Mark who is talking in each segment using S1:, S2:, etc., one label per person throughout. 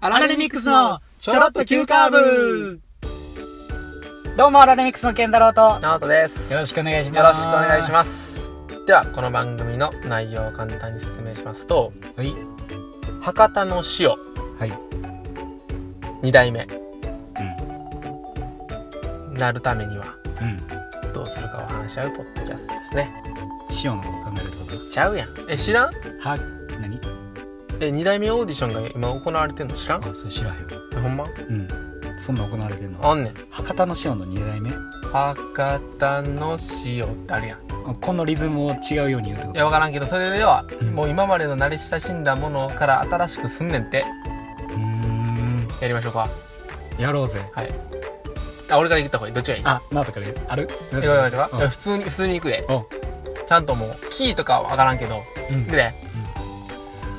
S1: アラレミックスのちょろっと急カーブどうもアラレミックスの健太郎と
S2: ナオトです。
S1: よろしくお願いします
S2: よろしくお願いします。では、この番組の内容を簡単に説明しますと、
S1: すはい
S2: 博多の塩
S1: はい
S2: 2代目
S1: う
S2: なるためには
S1: んうん
S2: どうするかを話し合うポッドキャストですね。
S1: 塩のこと考えるってこと
S2: ちゃうやん。え、知らん
S1: は何
S2: え、2代目オーディションが今行われてんの知らん
S1: あそれ知らへんわ
S2: えほんま
S1: うんそんな行われてんの
S2: あんねん。
S1: 博多の塩の2代目
S2: 博多の塩ってあるやん。
S1: あこのリズムを違うように言うってこ
S2: いや、
S1: と
S2: わからんけど、それでは、
S1: うん
S2: もう今までの慣れ親しんだものから新しくすんねんって、
S1: うーん
S2: やりましょうか。
S1: やろうぜ
S2: はい。あ、俺から言った方がいい。どっちがいい
S1: あなとから言うある
S2: えごめんごめんごめん
S1: うん
S2: 普通に普通に行くで
S1: お
S2: ちゃんともうキーとかは分からんけど
S1: うん
S2: いくで、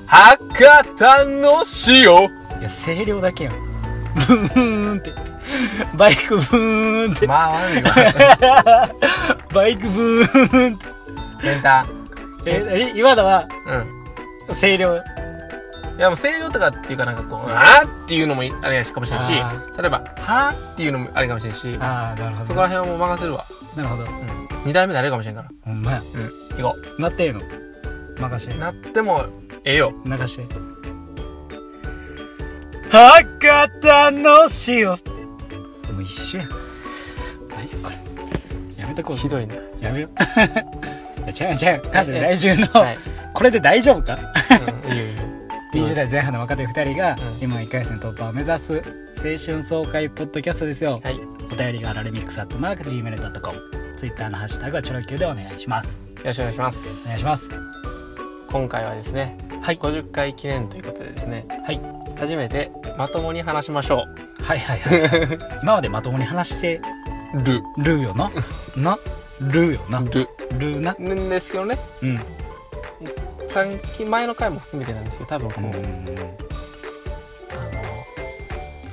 S2: 博多の塩
S1: いや声量だけやんブーンってバイクブーンって
S2: まあ悪いわ
S1: バイクブーンって
S2: ケンタ
S1: ええ今田は
S2: う
S1: 声量
S2: んいやもう声量とかっていうかなんかこう「あ」っていうのもあれやしかもしれんし
S1: あ
S2: 例えば「は」っていうのもあれかもしれんし
S1: ああなるほど
S2: そこら辺はもう任せるわ、
S1: なるほど
S2: うん、2代目なれるかもしれんから
S1: ほんまや
S2: 行こ
S1: なってえの任して
S2: うなってもええよ
S1: 任して博多の塩もう一緒やん何やこれやめとこう
S2: ひどいね
S1: やめよう いやちゃうちゃうまず来週の、
S2: はい、
S1: これで大丈夫か
S2: うん、いいよいいよ
S1: 20代前半の若手2人が
S2: うん
S1: 今1回戦突破を目指す青春爽快ポッドキャストですよ、
S2: はい
S1: お便りがあられミックスアットマーク Gmail.com ツイッターのハッシュタグはチョロ Q でお願いします
S2: よろしくお願いします
S1: お願いします
S2: 今回はですね、はい、50回記念ということでですね、
S1: はい、
S2: 初めてまともに話しましょ
S1: はいはいはい 今までまともに話して
S2: うる
S1: るよ ななるよな
S2: る
S1: るな
S2: なんですけどね
S1: うん
S2: さっき前の回も含めてなんですけど多分こう、あの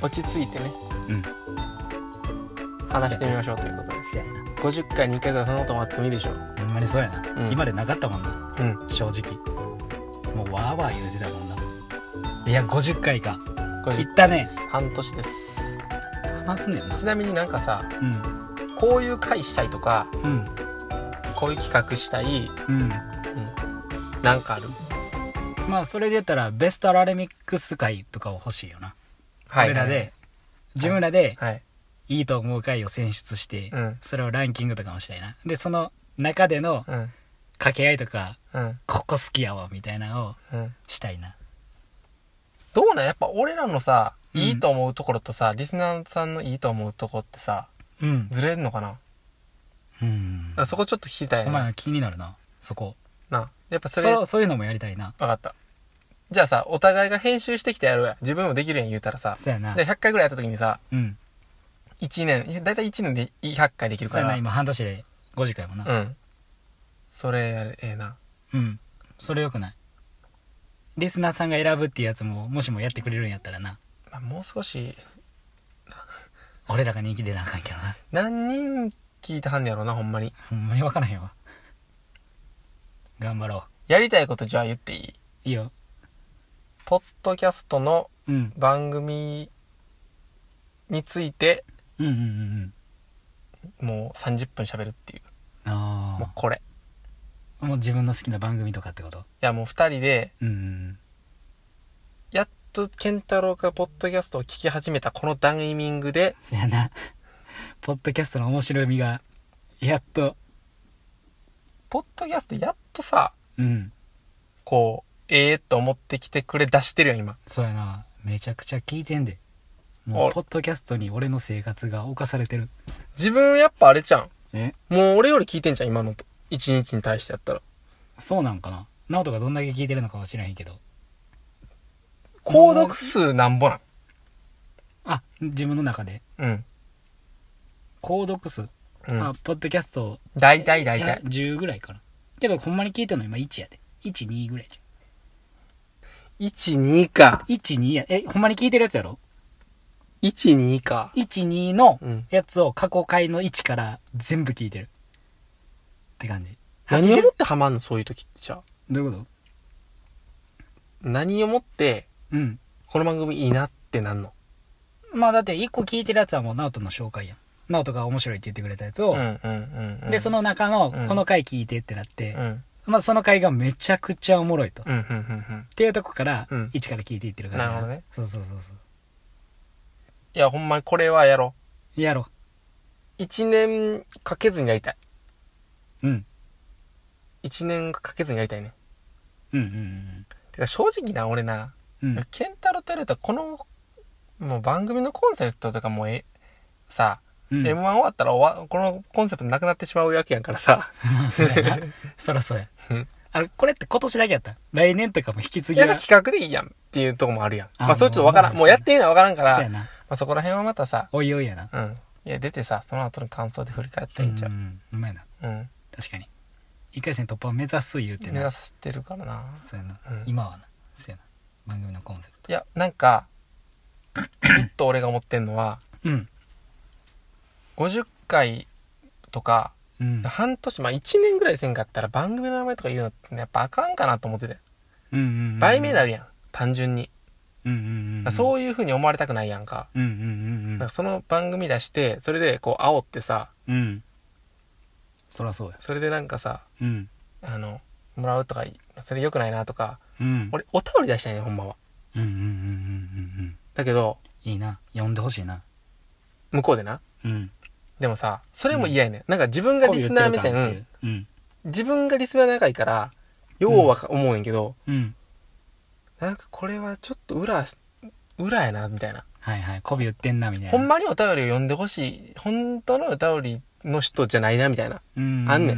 S2: 落ち着いてね、
S1: うん
S2: 話してみましょうということで
S1: せやな
S2: 50回に1回ぐらいそんなこともあってもいいでしょう、
S1: ほんまにそうやな、
S2: うん
S1: 今までなかったもんな
S2: うん、
S1: 正直もうわーわー言うてたもんないや50回かいっ
S2: 50
S1: たね
S2: 半年です
S1: 話すねんな
S2: ちなみになんかさ
S1: うん
S2: こういう回したいとか
S1: うん
S2: こういう企画したい
S1: うん
S2: なんかある
S1: まあそれで言ったらベストアラレミックス回とかを欲しいよな、
S2: はい
S1: 俺らで自分らで
S2: はい
S1: いいと思う回を選出して、
S2: うん
S1: それをランキングとかもしたいなでその中での
S2: うん
S1: 掛け合いとか
S2: うん
S1: ここ好きやわみたいなのを
S2: うん
S1: したいな
S2: どうなんやっぱ俺らのさ、
S1: うん
S2: いいと思うところとさ、リスナーさんのいいと思うとこってさ、
S1: うん
S2: ずれるのかなだか
S1: うん
S2: らそこちょっと聞きた
S1: お
S2: いな。
S1: 前気になるなそこ
S2: な。やっぱそ
S1: そ
S2: れ、わ
S1: うそういうのもやりたいな
S2: かった。じゃあさ、お互いが編集してきてやろうや。自分もできるやん言うたらさ。
S1: そうやな
S2: で、100回ぐらいやった時にさ、
S1: うん
S2: 1年、いやだいたい1年で100回できる
S1: そう
S2: か
S1: やな
S2: ら。
S1: 今半年で50回もな
S2: うん。それやれ、ええな。
S1: うん、それよくないリスナーさんが選ぶっていうやつももしもやってくれるんやったらな
S2: まあ、もう少し、
S1: 俺らが人気出なあかんけどな
S2: 何人聞いてはんねやろな、ほんまに。
S1: ほんまに分からへんわ頑張ろ
S2: やりたいことじゃあ言っていいう
S1: いいよ
S2: ポッドキャストの
S1: うん
S2: 番組について、
S1: うんうんうんうん
S2: もう30分喋るっていう。もう
S1: あ
S2: これ。
S1: あもう自分の好きな番組とかってこと
S2: いやもう二人で、
S1: うんうん
S2: やっと健太郎がポッドキャストを聞き始めたこのタイミングで、
S1: そやなポッドキャストの面白みがやっと
S2: ポッドキャストやっとさ、
S1: うん
S2: こう、ええと思ってきてくれ出してるよ今。
S1: そうやなめちゃくちゃ聞いてんでも
S2: あ
S1: うポッドキャストに俺の生活が侵されてる
S2: 自分やっぱあれじゃん。
S1: え
S2: もう俺より聞いてんじゃん今のと。一日に対してやったら。
S1: そうなんかな直人がどんだけ聞いてるのかもしれへんけど
S2: 購読数なんぼなん。
S1: あ自分の中で
S2: うん。
S1: 購読数、
S2: うん
S1: あ。ポッドキャスト
S2: 大体大
S1: いや
S2: 体。
S1: 10ぐらいかなけどほんまに聞いてるの今1やで12ぐらいじ
S2: 1、2か。
S1: ゃん12やえほんまに聞いてるやつやろ
S2: 1、2か。
S1: 12の
S2: うん
S1: やつを過去回の1から全部聞いてるって感じ
S2: 何を
S1: 80
S2: もってハマんのそういう時ってじゃあ
S1: どういうこと
S2: 何をもって、
S1: うん
S2: この番組いいなっってなんの
S1: まあだって一個聞いてるやつはもう直人の紹介やん直人が面白いって言ってくれたやつ
S2: う
S1: を、
S2: んうんうんうん
S1: でその中の
S2: うん
S1: この回聞いてってなって
S2: う、ん
S1: まあその回がめちゃくちゃおもろいと、っ
S2: うんうんうんうん
S1: ていうとこから
S2: うん
S1: 一から聞いていってるから、
S2: なるほどね
S1: そうそうそうそう
S2: いやほんまにこれはやろ
S1: やろ
S2: う1年かけずにやりたいう
S1: うん
S2: 1年かけずにやりたいね
S1: うんうん
S2: てか正直な俺な、
S1: うんうん
S2: ケンタロウとやるとこのもう番組のコンセプトとかもうえさ、
S1: うん
S2: m 1終わったら終わこのコンセプトなくなってしまうわけやんからさ
S1: まあそう やなそらそうや
S2: うん
S1: あれこれって今年だけやった来年とかも引き継
S2: い
S1: ぎ
S2: や
S1: は
S2: さ
S1: そ
S2: 企画でいいやんっていうとこもあるやん
S1: あ
S2: まあそれちょっとわからん
S1: もう
S2: もうやってみなわからんから
S1: うやな
S2: まあ、そこら辺はまたさ
S1: おいおいやな
S2: うんいや出てさその後の感想で振り返ったらいいんちゃう
S1: うんうまいな
S2: うん、
S1: 確かに一回戦突破を目指す言うて
S2: 目
S1: な
S2: 指してるからな
S1: そうやな、
S2: うん
S1: 今はなそうやな番組のコンセプ
S2: いやなんかずっと俺が思ってんのは
S1: トうん
S2: 50回とか
S1: うん
S2: 半年まあ1年ぐらいせんかったら番組の名前とか言うのってやっぱあかんかなと思ってて
S1: うんうん
S2: 売名だやん単純に
S1: うんうんうん
S2: そういう風に思われたくないやんか
S1: うんうんうん
S2: だからその番組出してそれでこう煽ってさ
S1: うんうんそらそうや
S2: それでなんかさ
S1: うん
S2: あのもらうとかそれ良くないなとか
S1: うん
S2: 俺お便り出したいねほんまは
S1: うんうんうんうんうん
S2: だけど
S1: うんいいな呼んでほしいな
S2: 向こうでな
S1: うん
S2: でもさそれも嫌やねん、なんか自分がリスナー目
S1: こう言ってるから
S2: 線
S1: っていう
S2: 自分がリスナー長いからようはか思うねんけど、
S1: うんうん
S2: なんかこれはちょっと裏裏やなみたいな、
S1: はいはい媚び売ってんなみたいな
S2: ほんまにお便りを読んでほしい本当のお便りの人じゃないなみたいな
S1: うん
S2: あんねん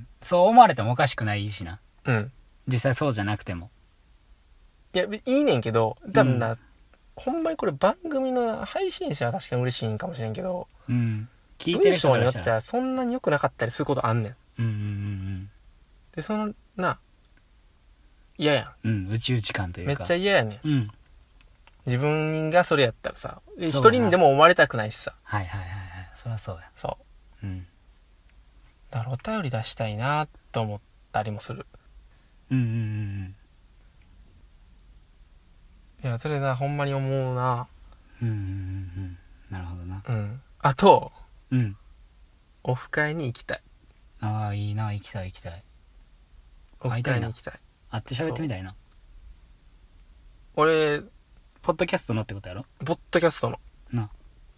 S1: んそう思われてもおかしくないしな
S2: うん
S1: 実際そうじゃなくても
S2: いやいいねんけど多分な、
S1: う
S2: ほんまにこれ番組の配信者は確かに嬉しいんかもしれんけど
S1: うん聞いて
S2: 文
S1: る人
S2: 章
S1: か
S2: によ
S1: ら
S2: っ
S1: した
S2: ち
S1: ら
S2: ゃそんなに良くなかったりすることあんねん
S1: うんうん
S2: でそのな嫌や
S1: うんうんうん宇宙時間とい
S2: んめ
S1: う
S2: っ
S1: か
S2: ちゃ嫌やねん
S1: うん
S2: 自分がそれやったらさ
S1: な
S2: 一人にでも思われたくないしさ
S1: はいはいはいはいそりゃそうや
S2: そう
S1: うん
S2: だからお便り出したいなと思ったりもする
S1: うんうんうん
S2: いやそれなほんまに思うな
S1: うんうんうんうんなるほどな
S2: うんあと
S1: うん
S2: オフ会に行きたい
S1: ああいいな行きたい行きたい
S2: オ
S1: 会
S2: フ
S1: いたい
S2: 会に
S1: な
S2: 行きたい
S1: あって喋ってみたいな
S2: 俺
S1: ポッドキャストのってことやろ
S2: ポッドキャストの
S1: な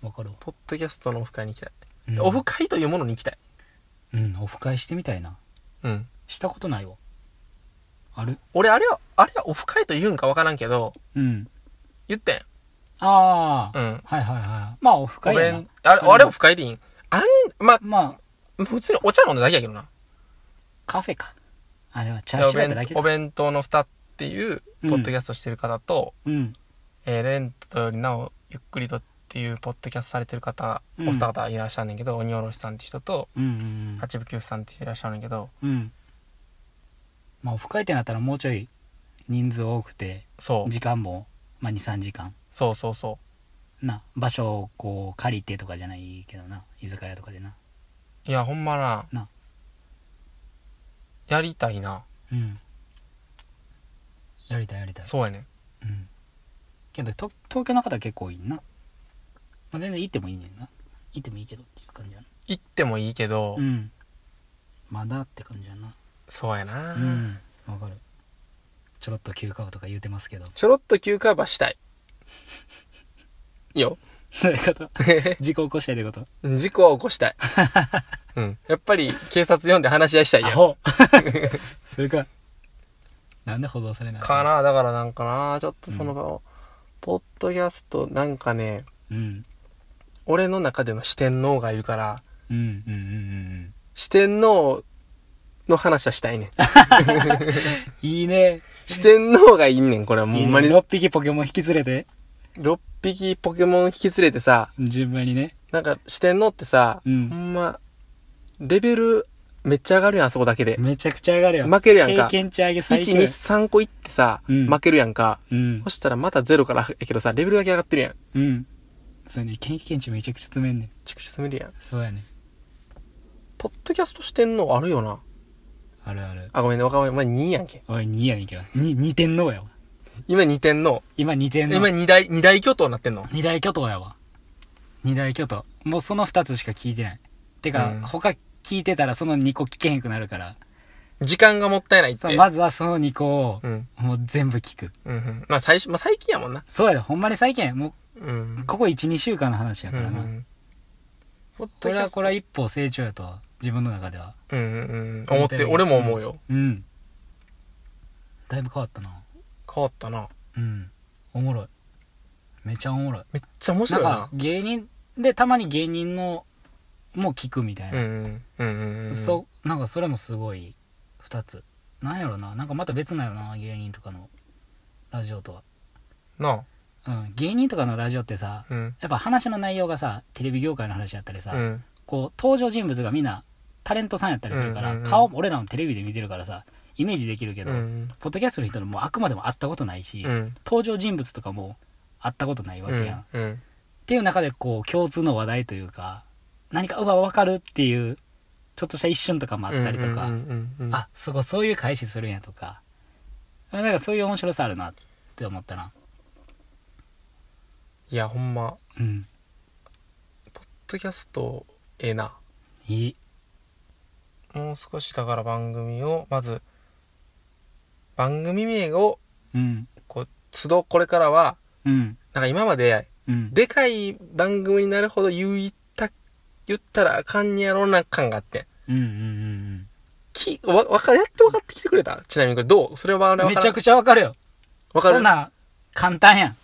S1: わかるわ
S2: ポッドキャストのオフ会に行きたい、
S1: うん
S2: オフ会というものに行きたい
S1: うんオフ会してみたいな
S2: うん
S1: したことないわある
S2: 俺あれはあれはオフ会と言うんか分からんけど
S1: うん
S2: 言ってん
S1: ああ
S2: うん
S1: はいはいはいまあオフ
S2: ご
S1: 会
S2: め
S1: やなん
S2: あれ
S1: うん
S2: あれオフ会でいいんあんま
S1: まあ
S2: 普通にお茶飲んだだけやけどな
S1: カフェかあれはチャー
S2: でお
S1: シューやっ
S2: 弁
S1: ただけ
S2: お
S1: か
S2: 弁当の蓋っていう
S1: うん
S2: ポッドキャストしてる方と、
S1: うん
S2: えーレントよりなおゆっくりとっていうポッドキャストされてる方、
S1: うん
S2: お二方いらっしゃるねんけど鬼おろしさんって人と
S1: うんうん
S2: 八部九夫さんって人いらっしゃるねんけど
S1: うんうんまあオフ会ってなったらもうちょい人数多くて
S2: そう
S1: 時間も、まあ、23時間
S2: そうそうそ
S1: な場所をこう借りてとかじゃないけどな居酒屋とかでな
S2: ういやほんまな
S1: な
S2: やりたいな
S1: うんやりたいやりたい
S2: そうやねん
S1: うんけどと東京の方は結構いいな、まあ、全然行ってもいいねんな行ってもいいけどっていう感じやな
S2: 行ってもいいけど、
S1: うんまだって感じやな
S2: そうやな、
S1: うんわかるちょろっと休暇をとか言うてます けど
S2: ちょろっと急カバーしたいよ
S1: そういうこと事故起こしたいってこと
S2: 事故は起こしたい、 うん、やっぱり警察呼んで話し合いしたい
S1: ア
S2: やん
S1: ホ それかなんで保存されない
S2: かなだからなんかなちょっとその場を、ポッドキャストなんかね
S1: うん
S2: 俺の中での四天王がいるから
S1: うんうんうんうん
S2: 四天王の話はしたいねん
S1: うんいいね
S2: 四天王がいいねんこれはほ
S1: いい
S2: ん
S1: ね
S2: まに
S1: 6匹ポケモン引き連れて
S2: 6匹ポケモン引き連れてさ
S1: 順番にね
S2: なんか四天王ってさ、
S1: うん
S2: ほんまレベルめっちゃ上がるやんあそこだけで
S1: めちゃくちゃ上がるよ
S2: 負けるやんか
S1: 経験値上げ最強や
S2: 123個いってさ、
S1: うん
S2: 負けるやんか
S1: うん
S2: そしたらまたゼロからやけどさレベルだけ上がってるやん
S1: うんそうね経験値めちゃくちゃ詰めんねん
S2: ちくし進めるやん
S1: そうやね
S2: ポッドキャスト四天王あるよな
S1: あるある
S2: あごめんね若めお前2やんけ
S1: おい2やねんけど 2, 二天王やわ
S2: 今2点の、
S1: 今2点の
S2: 今2大、二大巨頭になってんの
S1: 二大巨頭やわ二大巨頭もうその2つしか聞いてないてか、
S2: うん
S1: 他聞いてたらその2個聞けへんくなるから
S2: 時間がもったいないっ
S1: そ
S2: て。
S1: うまずはその2個を
S2: うん。
S1: もう全部聞く
S2: うんうん。まあ最初、まあ最近やもんな。
S1: そうやでほんまに最近も
S2: うん
S1: う。ここ12週間の話や
S2: う
S1: か
S2: んう
S1: らな、
S2: ん。ほっ
S1: ことれ
S2: き
S1: はこれは一歩成長やとは自分の中では
S2: うんうんうん。思って、俺も思うよ。
S1: うんだいぶ変わったな
S2: 変わったな。
S1: うんおもろいめちゃおもろい
S2: めっちゃ面
S1: な
S2: 白
S1: ん
S2: いな。
S1: か芸人でたまに芸人のも聞くみたい
S2: うん
S1: な、
S2: うん。うんうんうん。
S1: そうなんかそれもすごい2つなんやろななんかまた別なんやろな芸人とかのラジオとは、
S2: う。な
S1: うん、芸人とかのラジオってさ
S2: あ。うん。
S1: やっぱ話の内容がさテレビ業界の話やったりさ、
S2: うん。
S1: こう登場人物がみんなタレントさんやったりするから、
S2: うんうんうん
S1: 顔俺らもテレビで見てるからさイメージできるけ
S2: う
S1: ど、
S2: ん。
S1: ポッドキャストの人のもうあくまでも会ったことないし、
S2: うん。
S1: 登場人物とかも会ったことないわ
S2: う
S1: けやん、っ
S2: ん。うん。
S1: ていう中でこう共通の話題というか何かうわ分かるっていうちょっとした一瞬とかもあったりとか、
S2: うんうんうんうん。
S1: あそこそういう返しするんやとかなんかそういう面白さあるなって思ったない
S2: や、ほんま、
S1: うん
S2: ポッドキャスト、ええな。
S1: いい
S2: もう少しだから番組を、まず、番組名を、
S1: うん
S2: こう、都度これからは、
S1: うん
S2: なんか今まで、
S1: うん
S2: でかい番組になるほど言った、言ったらあかんやろな感があって。
S1: うんうんうん
S2: き、わ、わか、やっと分かってきてくれたちなみにこれどうそれは俺
S1: うん
S2: は
S1: め
S2: 分か
S1: ち
S2: ら
S1: ゃくちゃわかるよ
S2: 分かる
S1: そんなん簡単やん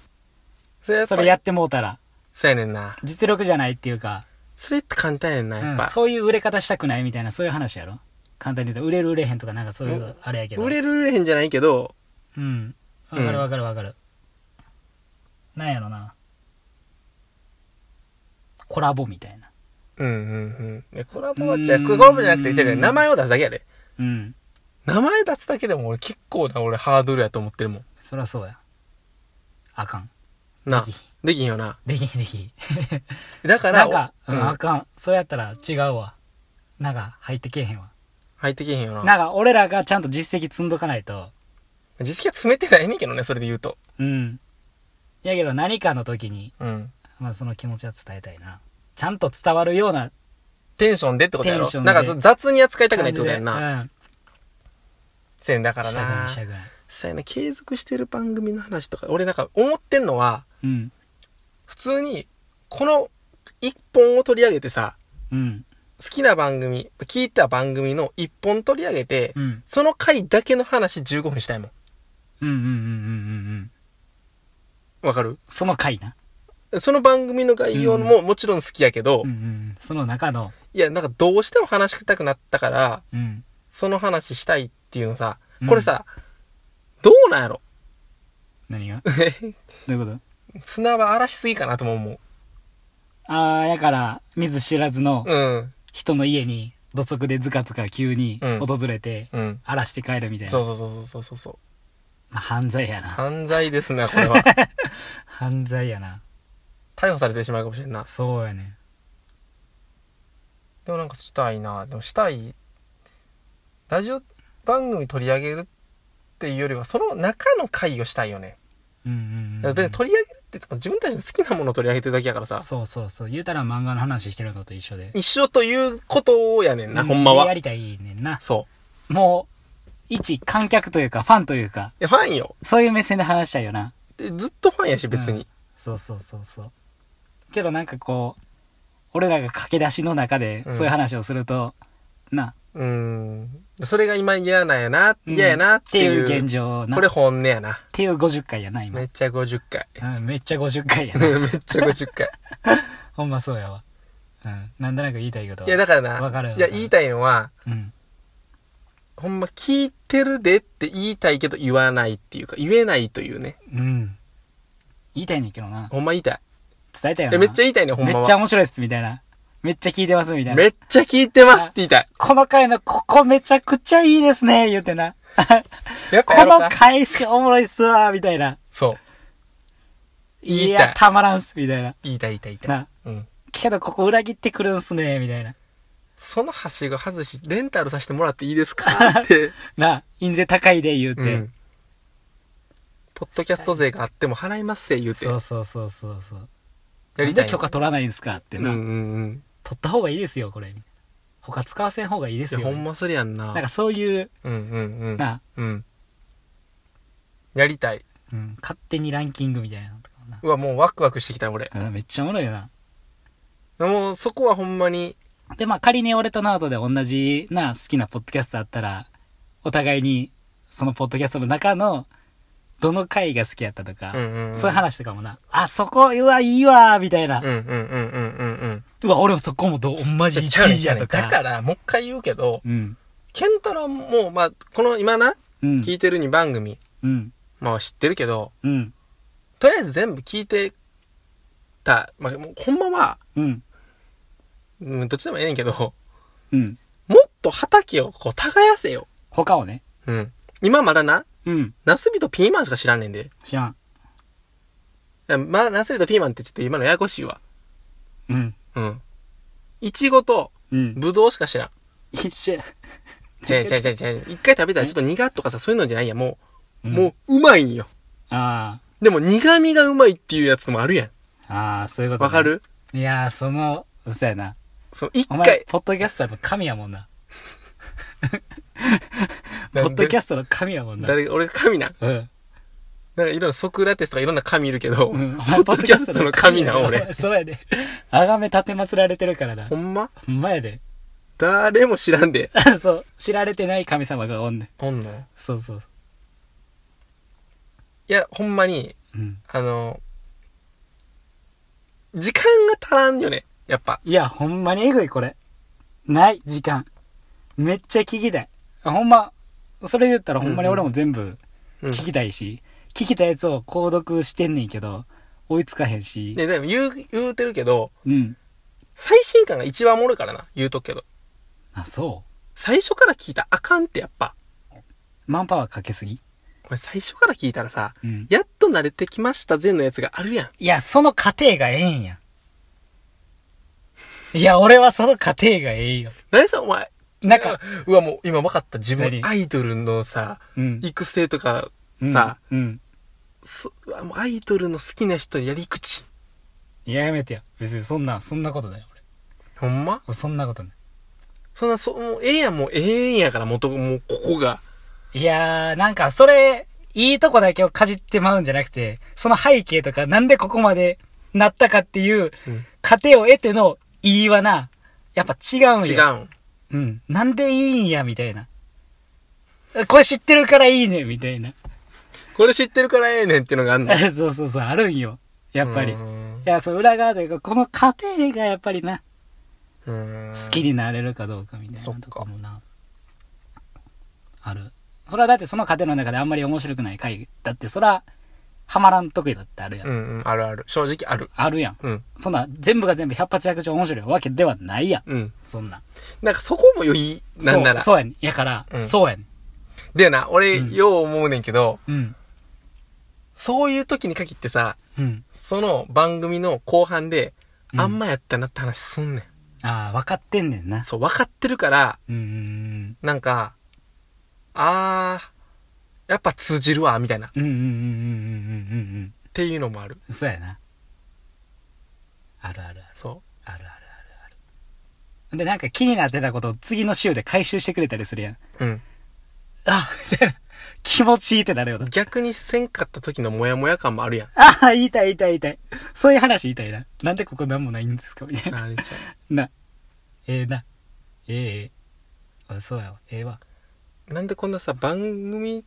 S2: それやっ
S1: そ
S2: ぱ
S1: れやってもうたら
S2: そうやねんな。
S1: 実力じゃないっていうか、
S2: それって簡単やねんな、やっ
S1: うん
S2: ぱ。
S1: そういう売れ方したくないみたいなそういう話やろ簡単に言うと売れる売れへんとかなんかそういう
S2: う
S1: のあれやけど
S2: 売れる売れへんじゃないけど、
S1: うんわかるわかるわかる、なんやろなコラボみたいな
S2: うんうんうん。で、コラボは、じゃあ、コラボじゃなくて、じゃあね名前を出すだけやで。
S1: うん
S2: 名前出すだけでも俺結構な俺ハードルやと思ってるもん。
S1: そりゃそうやあかん
S2: なあ
S1: でき
S2: できんよな。
S1: できひんできひん
S2: だか
S1: な
S2: ら、
S1: んか、
S2: お
S1: う
S2: うん
S1: あ
S2: ん、
S1: かんそうやったら違うわなんか入ってけえへんわ
S2: 入ってけへんよな。
S1: なんか俺らがちゃんと実績積んどかないと
S2: 実績は詰めてないねんけどね、それで言うと。
S1: うんやけど何かの時に
S2: うん。
S1: まあその気持ちは伝えたいな。ちゃんと伝わるような
S2: テンションでってことやろ
S1: テンション
S2: な
S1: で
S2: んかそ雑に扱いたくない
S1: 感
S2: って
S1: じで。
S2: ことやんな。
S1: うん。
S2: せやねんだから
S1: したくない
S2: な
S1: し。たくない。
S2: そうやな、継続してる番組の話とか、俺なんか思ってんのは、
S1: うん。
S2: 普通に、この一本を取り上げてさ、
S1: うん。
S2: 好きな番組、聞いた番組の一本取り上げて、
S1: うん。
S2: その回だけの話15分したいも
S1: うんうんうんうんうんうん。
S2: ん。わかる
S1: その回な。
S2: その番組の概要ももちろん好きやけど、
S1: うんうん。その中の、
S2: いや、なんかどうしても話したくなったから、
S1: うん。
S2: その話したいっていうのさ
S1: う、ん
S2: これさ、どうなんやろ
S1: 何がどういうこと
S2: 砂場荒らしすぎかなとも思う。
S1: ああ、やから、見ず知らずの
S2: うん。
S1: 人の家に土足でズカズカ急に
S2: うん
S1: 訪れて、
S2: うん。
S1: 荒らして帰るみたいな。
S2: そうそうそうそうそうそう。
S1: まあ犯罪やな。
S2: 犯罪ですな、これ は。
S1: 犯罪やな。
S2: 逮捕されてしまうかもしれんな。
S1: そうやね。
S2: でもなんかしたいな。でもしたい。ラジオ番組取り上げるっていうよりは、その中の回をしたいよね。
S1: うんうんうんうん。
S2: 別に取り上げるって言っても自分たちの好きなものを取り上げてるだけやからさ。
S1: そうそうそう。言うたら漫画の話してるのと一緒で。
S2: 一緒ということやねんな、ほんま
S1: うや
S2: は。
S1: りたいねんな。
S2: そう。
S1: もう、一観客というか、ファンというか、
S2: いや、ファンよ。
S1: そういう目線で話したいよな。
S2: でずっとファンやし、別に。
S1: そうそうそうそう。けどなんかこう、俺らが駆け出しの中で、
S2: うん
S1: そういう話をすると、な、
S2: うん。それが今嫌なんやな、嫌やな
S1: うん
S2: っ
S1: ってて
S2: い。
S1: いうう現状な。
S2: これ
S1: っ
S2: 本音やな。
S1: ていう50回やな、今。
S2: めっちゃ50回。
S1: うん、めっちゃ50回やな。
S2: めっちゃ50回。
S1: ほんまそうやわ。うん。なんとなく言いたいことは。
S2: いや、だから
S1: わかる
S2: な、
S1: よ
S2: いや、言いたいのは、
S1: うん。
S2: ほんま聞いてるでって言いたいけど言わないっていうか、言えないというね。
S1: うん。言いたいねんけどな。
S2: ほんま言いたい。
S1: 伝えたいよ
S2: いや、
S1: な。
S2: めっちゃ言いたいね、ほんまは。
S1: めっちゃ面白いっす、みたいな。めっちゃ聞いてます、みたいな
S2: め。っちゃ聞いてますって言いたい。
S1: この回のここめちゃくちゃいいですね、言うてな。
S2: やっぱ
S1: こ
S2: やろう
S1: の
S2: か
S1: 返しおもろいっすわ、みたいな。
S2: そう。言いたい
S1: いや、たまらんっす、みたいな。
S2: 言いたい、言いたい、言いたい。
S1: な、
S2: うん。
S1: けどここ裏切ってくるんすね、みたいな。
S2: そのはしご外し、レンタルさ せてもらっていいですかって。
S1: な、印税高いで言うて。
S2: うん。ポッドキャスト税があっても払いますせ言うて
S1: そうそうそうそうそう
S2: やりた
S1: な
S2: い
S1: んで許可取らないんですかって
S2: うんう
S1: な、
S2: んうん
S1: 取った方がいいですよこれ他使わせん方がいいで
S2: い
S1: す
S2: や
S1: よ
S2: ほんまそれやんな
S1: なんかそういう
S2: うんうんうん
S1: な、
S2: うんやりたい
S1: うん、勝手にランキングみたいなのとかもな
S2: うわもうワクワクしてきた俺
S1: うんめっちゃおもろいよな
S2: もうそこはほんまに
S1: でまあ仮に俺とナオトで同じな好きなポッドキャストあったらお互いにそのポッドキャストの中のどの回が好きやったとか、
S2: うんうんうん
S1: そういう話とかもなあそこうわいいわみたいな、
S2: うんうんうんうんうんう
S1: う
S2: ん
S1: わ俺もそこもどマ
S2: じ
S1: ジ
S2: ゃちゃ
S1: 1
S2: うねん
S1: 位
S2: ちゃ
S1: や
S2: うねん
S1: と
S2: だ
S1: か
S2: からもう一回言うけど
S1: うん
S2: ケンタロウもまあこの今な
S1: うん
S2: 聞いてる2番組
S1: うん
S2: まあ知ってるけど
S1: うん
S2: とりあえず全部聞いてたまあもうほんまは
S1: うん
S2: うんどっちでもええねんけど
S1: うん
S2: もっと畑をこう耕せよ
S1: 他をね
S2: うん今まだな
S1: うん
S2: ナスビとピーマンしか知らんねんで
S1: 知らん
S2: まあ、ナスビとピーマンってちょっと今のややこしいわ。
S1: うん
S2: うん。いちごと、
S1: うん
S2: ぶどうしか知らん。
S1: 一緒や
S2: 違う違う違う違う。一回食べたらちょっと苦とかさ、そういうのじゃないやん。もう、
S1: ん
S2: もう、うまいんよ。
S1: あ
S2: でも苦味がうまいっていうやつもあるやん。
S1: あああそういうことね
S2: わかる
S1: いやーその嘘やな
S2: その、一
S1: お前
S2: 回。
S1: ポッドキャスターの神やもんなポ
S2: なん
S1: ッドキャ
S2: ス
S1: ストの神やもんな
S2: 誰が、俺が神なん。
S1: うん
S2: なんかいろいろソクラテスとかいろんな神いるけど、
S1: う
S2: ポ
S1: ん
S2: ッドキャストの神なん俺。
S1: そうやであがめ立てまつられてるからな
S2: ほんま
S1: ほんまやで
S2: 誰も知らんで。
S1: そう知られてない神様がおんねん
S2: ほんの
S1: そうそう
S2: いや、ほんまに、
S1: うん
S2: あの、時間が足らんよね。やっぱ。
S1: いや、ほんまにえぐい、これ。ない、時間。めっちゃ聞きたい。あほんま、それ言ったらほんまに俺も全部
S2: うん
S1: 聞きたいし、聞きたやつを購読してんねんけど、追いつかへんし。
S2: ね、でも言う、言うてるけど、
S1: うん。
S2: 最新感が一番おもろいからな、言うとくけど。
S1: あ、そ
S2: 最初から聞いたらあかんってやっぱ。
S1: う。マンパワーかけすぎ
S2: お前最初から聞いたらさ、
S1: うん。
S2: やっと慣れてきました前のやつがあるやん。
S1: いや、その過程がええんや。いや、俺はその過程がええよ。
S2: 何さ、お前。
S1: なんか、、
S2: うわ、もう今分かった。自分
S1: 何、
S2: アイドルのさ、
S1: うん
S2: 育成とか
S1: うん
S2: さ、
S1: うん。
S2: そうん、もうアイドルの好きな人にやり口。
S1: いや、やめてよ。別にそんな、そんなことだよ、俺
S2: ほんま
S1: 俺。そんなことない。
S2: そんな、そ、もうええやん、もうええんやから、もと、もうここが。
S1: いやー、なんか、それ、いいとこだけをかじってまうんじゃなくて、その背景とか、なんでここまでなったかっていう、
S2: うん
S1: 過程を得ての言いはな、やっぱ違うん
S2: 違
S1: や。
S2: うん。
S1: う。ん。なんでいいんや、みたいな。これ知ってるからいいね、みたいな。
S2: これ知ってるからええねんっていうのがあんの。
S1: そうそうそう、あるんよ。やっぱり。
S2: う
S1: い
S2: ん
S1: や、そう、裏側というか、この過程がやっぱりな、
S2: うん
S1: 好きになれるかどうかみたい
S2: そっ
S1: な
S2: か
S1: とこもな、ある。それはだってその過程の中であんまり面白くない回、だってそら、ハマらん得意だってあるやん。
S2: うんうん、あるある。正直ある。
S1: あるやん。
S2: うん。
S1: そんな、全部が全部百発百中面白いわけではないやん。
S2: うん。
S1: そんな。
S2: なんかそこもよい、なんなら。
S1: そうそうやねん。やから、
S2: うん
S1: そうやねん。
S2: でな、俺、
S1: うん
S2: よう思うねんけど、
S1: うん。
S2: そういう時に限ってさ、
S1: うん。
S2: その番組の後半で、
S1: うん
S2: あんまやったなって話すんねん。
S1: ああ、分かってんねんな。
S2: そう、分かってるから、
S1: うんうん
S2: なんか、あー、やっぱ通じるわ、みたいな。っ
S1: うん。うんうんうんうんうんうんうん
S2: ていうのもある。
S1: うん。そうやな。あるあるある。
S2: そ
S1: あるあるあるある。で、なんか気になってたことを次の週で回収してくれたりするやん。
S2: う。うん。
S1: あ、みたいな。 気持ちいいってなるよな。
S2: 逆にせんかった時のモヤモヤ感もある やん。
S1: ああ、言いたい言いたい言いたい。そういう話言いたいな。なんでここなんもないんですかみ たいな。
S2: あれじゃ
S1: な。ええな。ええええあ、そうやわ。ええわ。
S2: んなんでこんなさ、番組、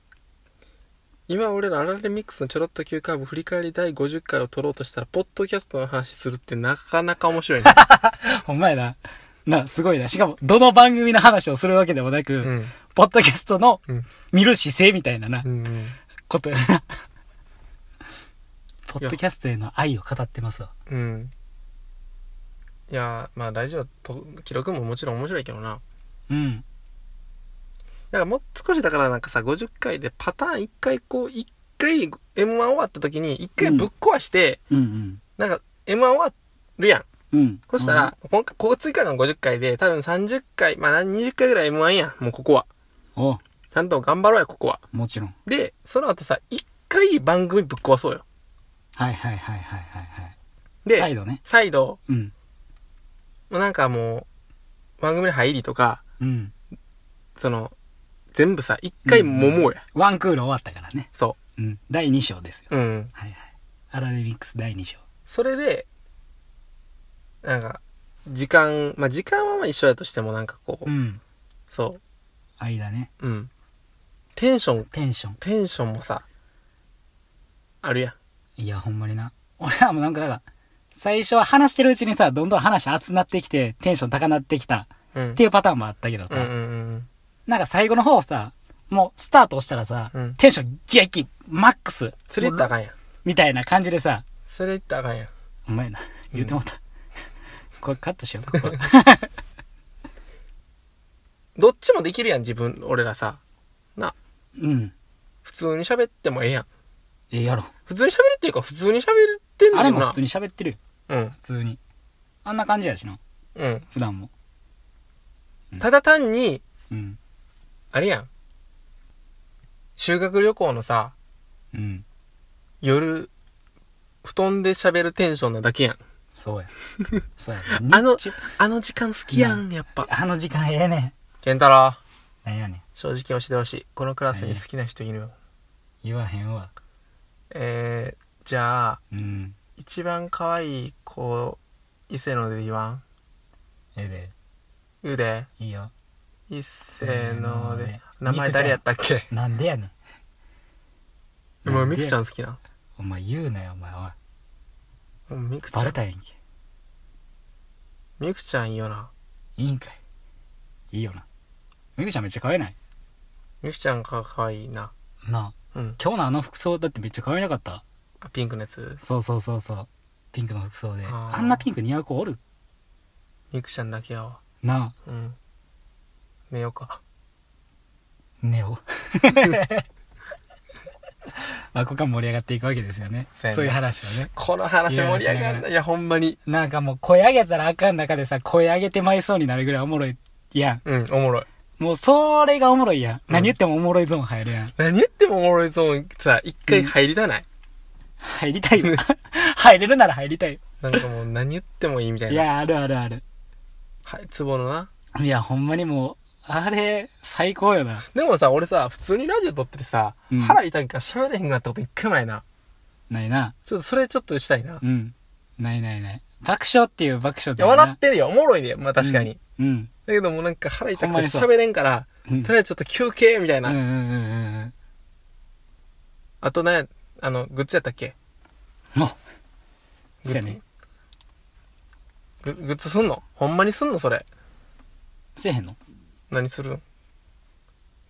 S2: 今俺らアラレミックスのちょろっと急カーブ振り返り第50回を撮ろうとしたら、ポッドキャストの話するってなかなか面白いね。
S1: ほんまやな。な、すごいな。しかも、どの番組の話をするわけでもなく、
S2: うん。
S1: ポッドキャストの
S2: うん
S1: 見る姿勢みたいなな、
S2: うんうん。
S1: ことや な。ポッドキャストへの愛を語ってますわ。
S2: うん。いやーまあラジオと記録ももちろん面白いけどな。
S1: うん。
S2: だからもう少しだからなんかさ、50回でパターン1回こう、1回 M1 終わった時に1回ぶっ壊して、
S1: うんうん。
S2: なんか M1 終わるやん。
S1: うん。
S2: そしたら、今回、ここ追加の50回で多分30回、まあ20回ぐらい M1 やん。もうここは。
S1: お、
S2: ちゃんと頑張ろうや、ここは。
S1: もちろん。
S2: で、その後さ、1回番組ぶっ壊そうよ。
S1: はいはいはいはいはいはい。
S2: で、
S1: 再度ね。
S2: 再度、
S1: うん。
S2: もうなんかもう、番組の入りとか、
S1: うん。
S2: その、全部さ、一回揉もうや。
S1: ワンクール終わったからね。
S2: そ
S1: うん。第2章ですよ。
S2: う。うん。
S1: はいはい。アラレミックス第2章。
S2: それで、なんか、時間、まあ、時間はまあ一緒だとしてもなんかこう、
S1: うん。
S2: そ
S1: 間ね。
S2: う、うん。テンション、
S1: テンション。
S2: テンションもさ、あるやん。
S1: いや、ほんまにな。俺らもなんか、だから、最初は話してるうちにさ、どんどん話熱なってきて、テンション高なってきた
S2: うん。
S1: っていうパターンもあったけどさ、
S2: うんうんうん
S1: なんか最後の方さ、もうスタート押したらさ、
S2: うん
S1: テンションギャギマックス
S2: 釣れ行ったらあかんやん。
S1: みたいな感じでさ、
S2: 釣れ行ったらあかんやん。
S1: お前な、言うてもった。 これカットしよう、こ こ。
S2: どっちもできるやん、自分、俺らさ。な、
S1: うん。
S2: 普通に喋ってもええやん。
S1: ええやろ。
S2: 普通に喋るっていうか、普通に喋ってんの
S1: あ
S2: よな。
S1: れも普通に喋ってるよ。
S2: うん。
S1: 普通に。あんな感じやしな、
S2: うん。
S1: 普段も。
S2: ただ単に、
S1: うん。
S2: あれやん。修学旅行のさ、
S1: うん。
S2: 夜、布団で喋るテンションなだけやん。
S1: そう や。そうや。
S2: あの
S1: 日中、
S2: あの時間好きやん、やっぱ。
S1: あの時間ええね
S2: ケンタロウ、
S1: ん。なんやねん。
S2: 正直教えてほしい。このクラスに好きな人いるよ。
S1: 言わへんわ。
S2: えー、じゃあ、
S1: うん。
S2: 一番可愛い子、伊勢ので言わん
S1: ええで。
S2: 言うで。
S1: いいよ。
S2: 伊勢の
S1: せーの
S2: で
S1: で。
S2: 名前誰やったっけ
S1: なんでやねん。
S2: もうミクちゃ
S1: んで。
S2: ん好きな
S1: お前言うなよ、お前は。
S2: の。もうミクちゃ
S1: バレ
S2: ん。
S1: たやんけ。
S2: ミクちゃんいいよな。
S1: いいんかい。いいよな。めぐちゃんめっちゃ可愛いない
S2: ミクちゃんが可愛いな。
S1: なあ。
S2: うん。
S1: 今日のあの服装だってめっちゃ可愛なかった
S2: あピンクのやつ。
S1: そうそうそうそう。ピンクの服装で。
S2: あー
S1: あんなピンク似合う子おる
S2: ミクちゃんだけやわ。
S1: なあ。
S2: うん。寝ようか。
S1: ネオ。 まあ、ここから盛り上がっていくわけですよね。
S2: そうやね
S1: そういう話をね。
S2: この話盛り上がんない。いや、ほんまに。
S1: なんかもう声上げたらあかん中でさ、声上げてまいそうになるぐらいおもろいや
S2: うん、おもろい。
S1: ん。もうそれがおもろいやん。
S2: うん
S1: 何言ってもおもろいゾーン入る やん。
S2: 何言ってもおもろいゾーンさ、一回入りたない、
S1: 入りたいよ。 入れるなら入りたいよ。
S2: なんかもう何言ってもいいみたい
S1: い
S2: な。
S1: や、あるあるある。
S2: はい、ツボのな。
S1: いや、ほんまにもう、あれ、最高よな。
S2: でもさ、俺さ、普通にラジオ撮っててさ、
S1: うん
S2: 腹痛いから喋れへんくなったこと一回もないな。
S1: ないな。
S2: ちょっとそれちょっとしたいな。い
S1: うん。ないないない。爆笑っていう爆笑だ
S2: や、
S1: よな
S2: 笑ってるよ。おもろいね。まあ確かに。だ
S1: うん。
S2: けどもうなんか腹痛
S1: ほん
S2: く
S1: ま
S2: て
S1: にそう
S2: 喋れんから、
S1: うん。
S2: とりあえずちょっと休憩みたいな。
S1: うんうんうんうんうん。
S2: あとね、あの、グッズやったっけ
S1: もう。そ
S2: グ
S1: うや
S2: ッズ、
S1: ね
S2: ググッズすんのほんまにすんのそれ。
S1: せえへんの
S2: 何する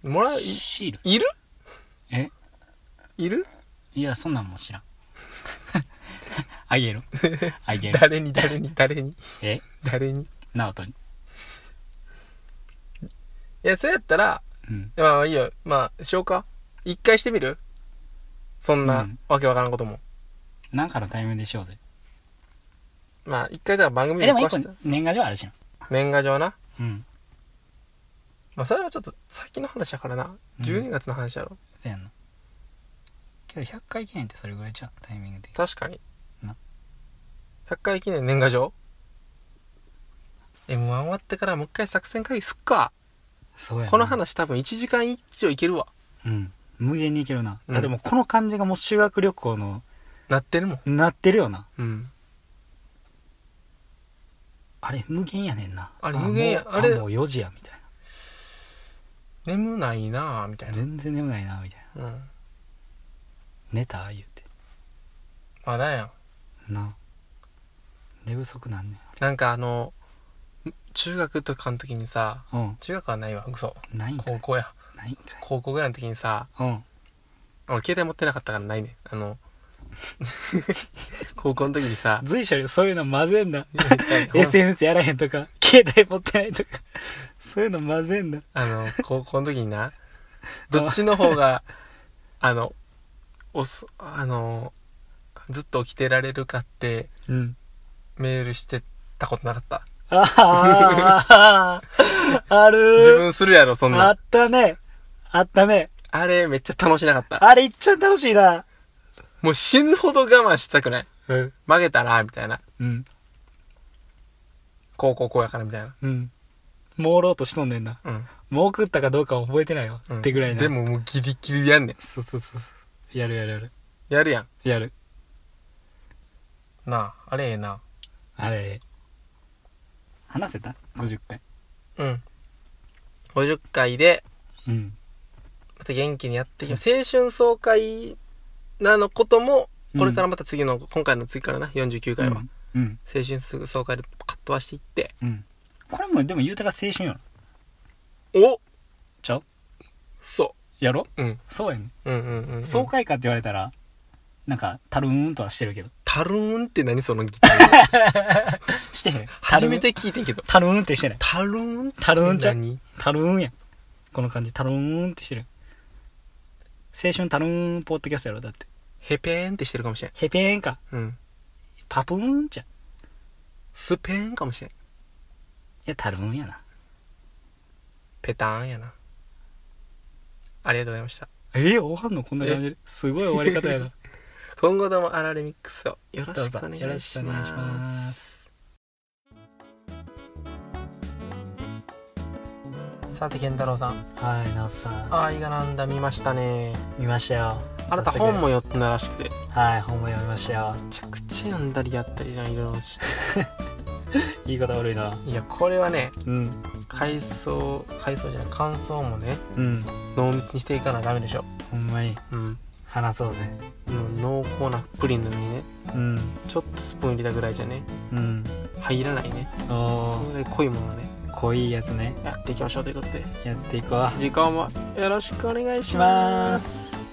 S2: んもらう、い
S1: シール
S2: いる
S1: え
S2: いる
S1: いや、そんなんもう知らん。 あげる。あ げる。
S2: 誰に誰に誰に
S1: え
S2: 誰にい
S1: ナオトに。
S2: や、それやったら、
S1: うん。
S2: まあまあいいよ。まあ、しようか。一回してみるそんな、
S1: うん
S2: わけわからんことも。
S1: なんかのタイミングでしようぜ。
S2: まあ、一回じゃあ番組
S1: え、
S2: で
S1: でも一
S2: 壊
S1: 個
S2: して。
S1: 年賀状あるしな。
S2: 年賀状な。
S1: うん。
S2: まあ、それはちょっと、先の話やからな。
S1: うん
S2: 12月の話やろ。
S1: せやんの。けど100回記念ってそれぐらいちゃうタイミングで。
S2: 確かに。
S1: な
S2: 100回記念年賀状 ?M1 終わってからもう一回作戦会議すっか。
S1: そうや
S2: この。話多分1時間以上いけるわ。
S1: うん。無限にいけるな。
S2: うん
S1: だってもうこの感じがもう修学旅行の、
S2: なってるもん。
S1: なってるよな。
S2: うん。
S1: あれ無限やねんな。
S2: あれ無限や
S1: もう
S2: あれ
S1: もう4時や、みたいな。
S2: 眠ないなぁ、みたいな。
S1: 全然眠ないなみたいな
S2: うん。
S1: 寝た言うて
S2: まだやん。
S1: な寝不足なんね
S2: なんかあの、中学とかの時にさ、
S1: んうん
S2: 中学はないわ、嘘。
S1: ないんか
S2: 高
S1: い
S2: 校や。
S1: ないんかい
S2: 高校ぐらいの時にさ、
S1: うん
S2: 俺携帯持ってなかったからないね。あの、 高校の時に さ、
S1: 随所にそういうの混ぜんな
S2: ほん
S1: SNS やらへんとか携帯持ってないとかそういうの混ぜんな
S2: あの、高校の時にな、どっちの方が、あの、おそ、あの、ずっと起きてられるかって
S1: うん
S2: メールしてたことなかった。
S1: あああああ
S2: 自
S1: る
S2: 分するやろ、そん
S1: あ
S2: な
S1: っ。たねあったね
S2: あれめっちゃ楽しなかった。
S1: あれいっちゃ楽しいな
S2: もう死ぬほど我慢したくない
S1: うん。
S2: 曲げたら、みたいな。
S1: うん。
S2: こうこうこうやから、みたいな。
S1: うん。朦朧としとんねんな。
S2: うん。
S1: もう食ったかどうかは覚えてないよ。
S2: うん
S1: ってぐらいな。
S2: で。ももうギリギリでやんねん。
S1: そうそうそうそう。やるやるやる。
S2: やるやん。
S1: やる。
S2: なあ、あれええな。
S1: あれ。話せた ?50 回。
S2: うん。50回で、
S1: うん。
S2: また元気にやっていきます。青春爽快なのことも、これからまた次の、今回の次からな、49回は。
S1: うん。うん。
S2: 青春爽快でカットはしていって。
S1: うん。これも、でも言うたら青春やろ。
S2: お
S1: ちゃう
S2: そ
S1: やろ
S2: う。うん。
S1: そうやねん。
S2: うんうんうん、うん。
S1: 爽快かって言われたら、なんか、たるーんとはしてるけど。
S2: タルーンって何そのギター。
S1: してへん。
S2: 初めて聞いてんけど。
S1: たるーん。たるーんってしてない。
S2: タルーンって
S1: たるーんちゃう
S2: 何
S1: たるーんやん。この感じ、たるーんってしてる。青春たるーんポッドキャストやろ、だって。
S2: ヘペーンってしてるかもしれん。
S1: へぺーんか。
S2: うん。
S1: パプーンじゃん。い
S2: スペーンかもしれん。
S1: や、たるーんやな。
S2: ペターンやな。ありがとうございました。
S1: えー、終わんのこんな感じで。すごい終わり方やな。
S2: 今後ともアラレミックスをよろしくお
S1: どう
S2: 願
S1: ぞ
S2: いします。
S1: よろしくお願いします
S2: さて健太郎さん
S1: はい、なおさん。
S2: 愛がなんだ見ましたね
S1: 見ましたよ。
S2: あなた
S1: 早速
S2: 本も読んだらしくてめ
S1: はい、本も読みましたよ。
S2: ちゃくちゃ読んだりやったりじゃんいろいろして
S1: 言い方悪いな。
S2: いやこれはね
S1: うん。
S2: 回想回想じゃない感想もね
S1: うん。
S2: 濃密にしていかなダメでしょ
S1: ほんまに、
S2: うん
S1: 話そうぜ。
S2: うん濃厚なプリンのにね
S1: うん。
S2: ちょっとスプーン入れたぐらいじゃね
S1: うん。
S2: 入らないね
S1: お
S2: そ
S1: ー、
S2: れで濃いものをね
S1: 濃いやつね。
S2: やっていきましょうということで
S1: やっていこう。
S2: 時間もよろしくお願いし
S1: し
S2: ます
S1: ます。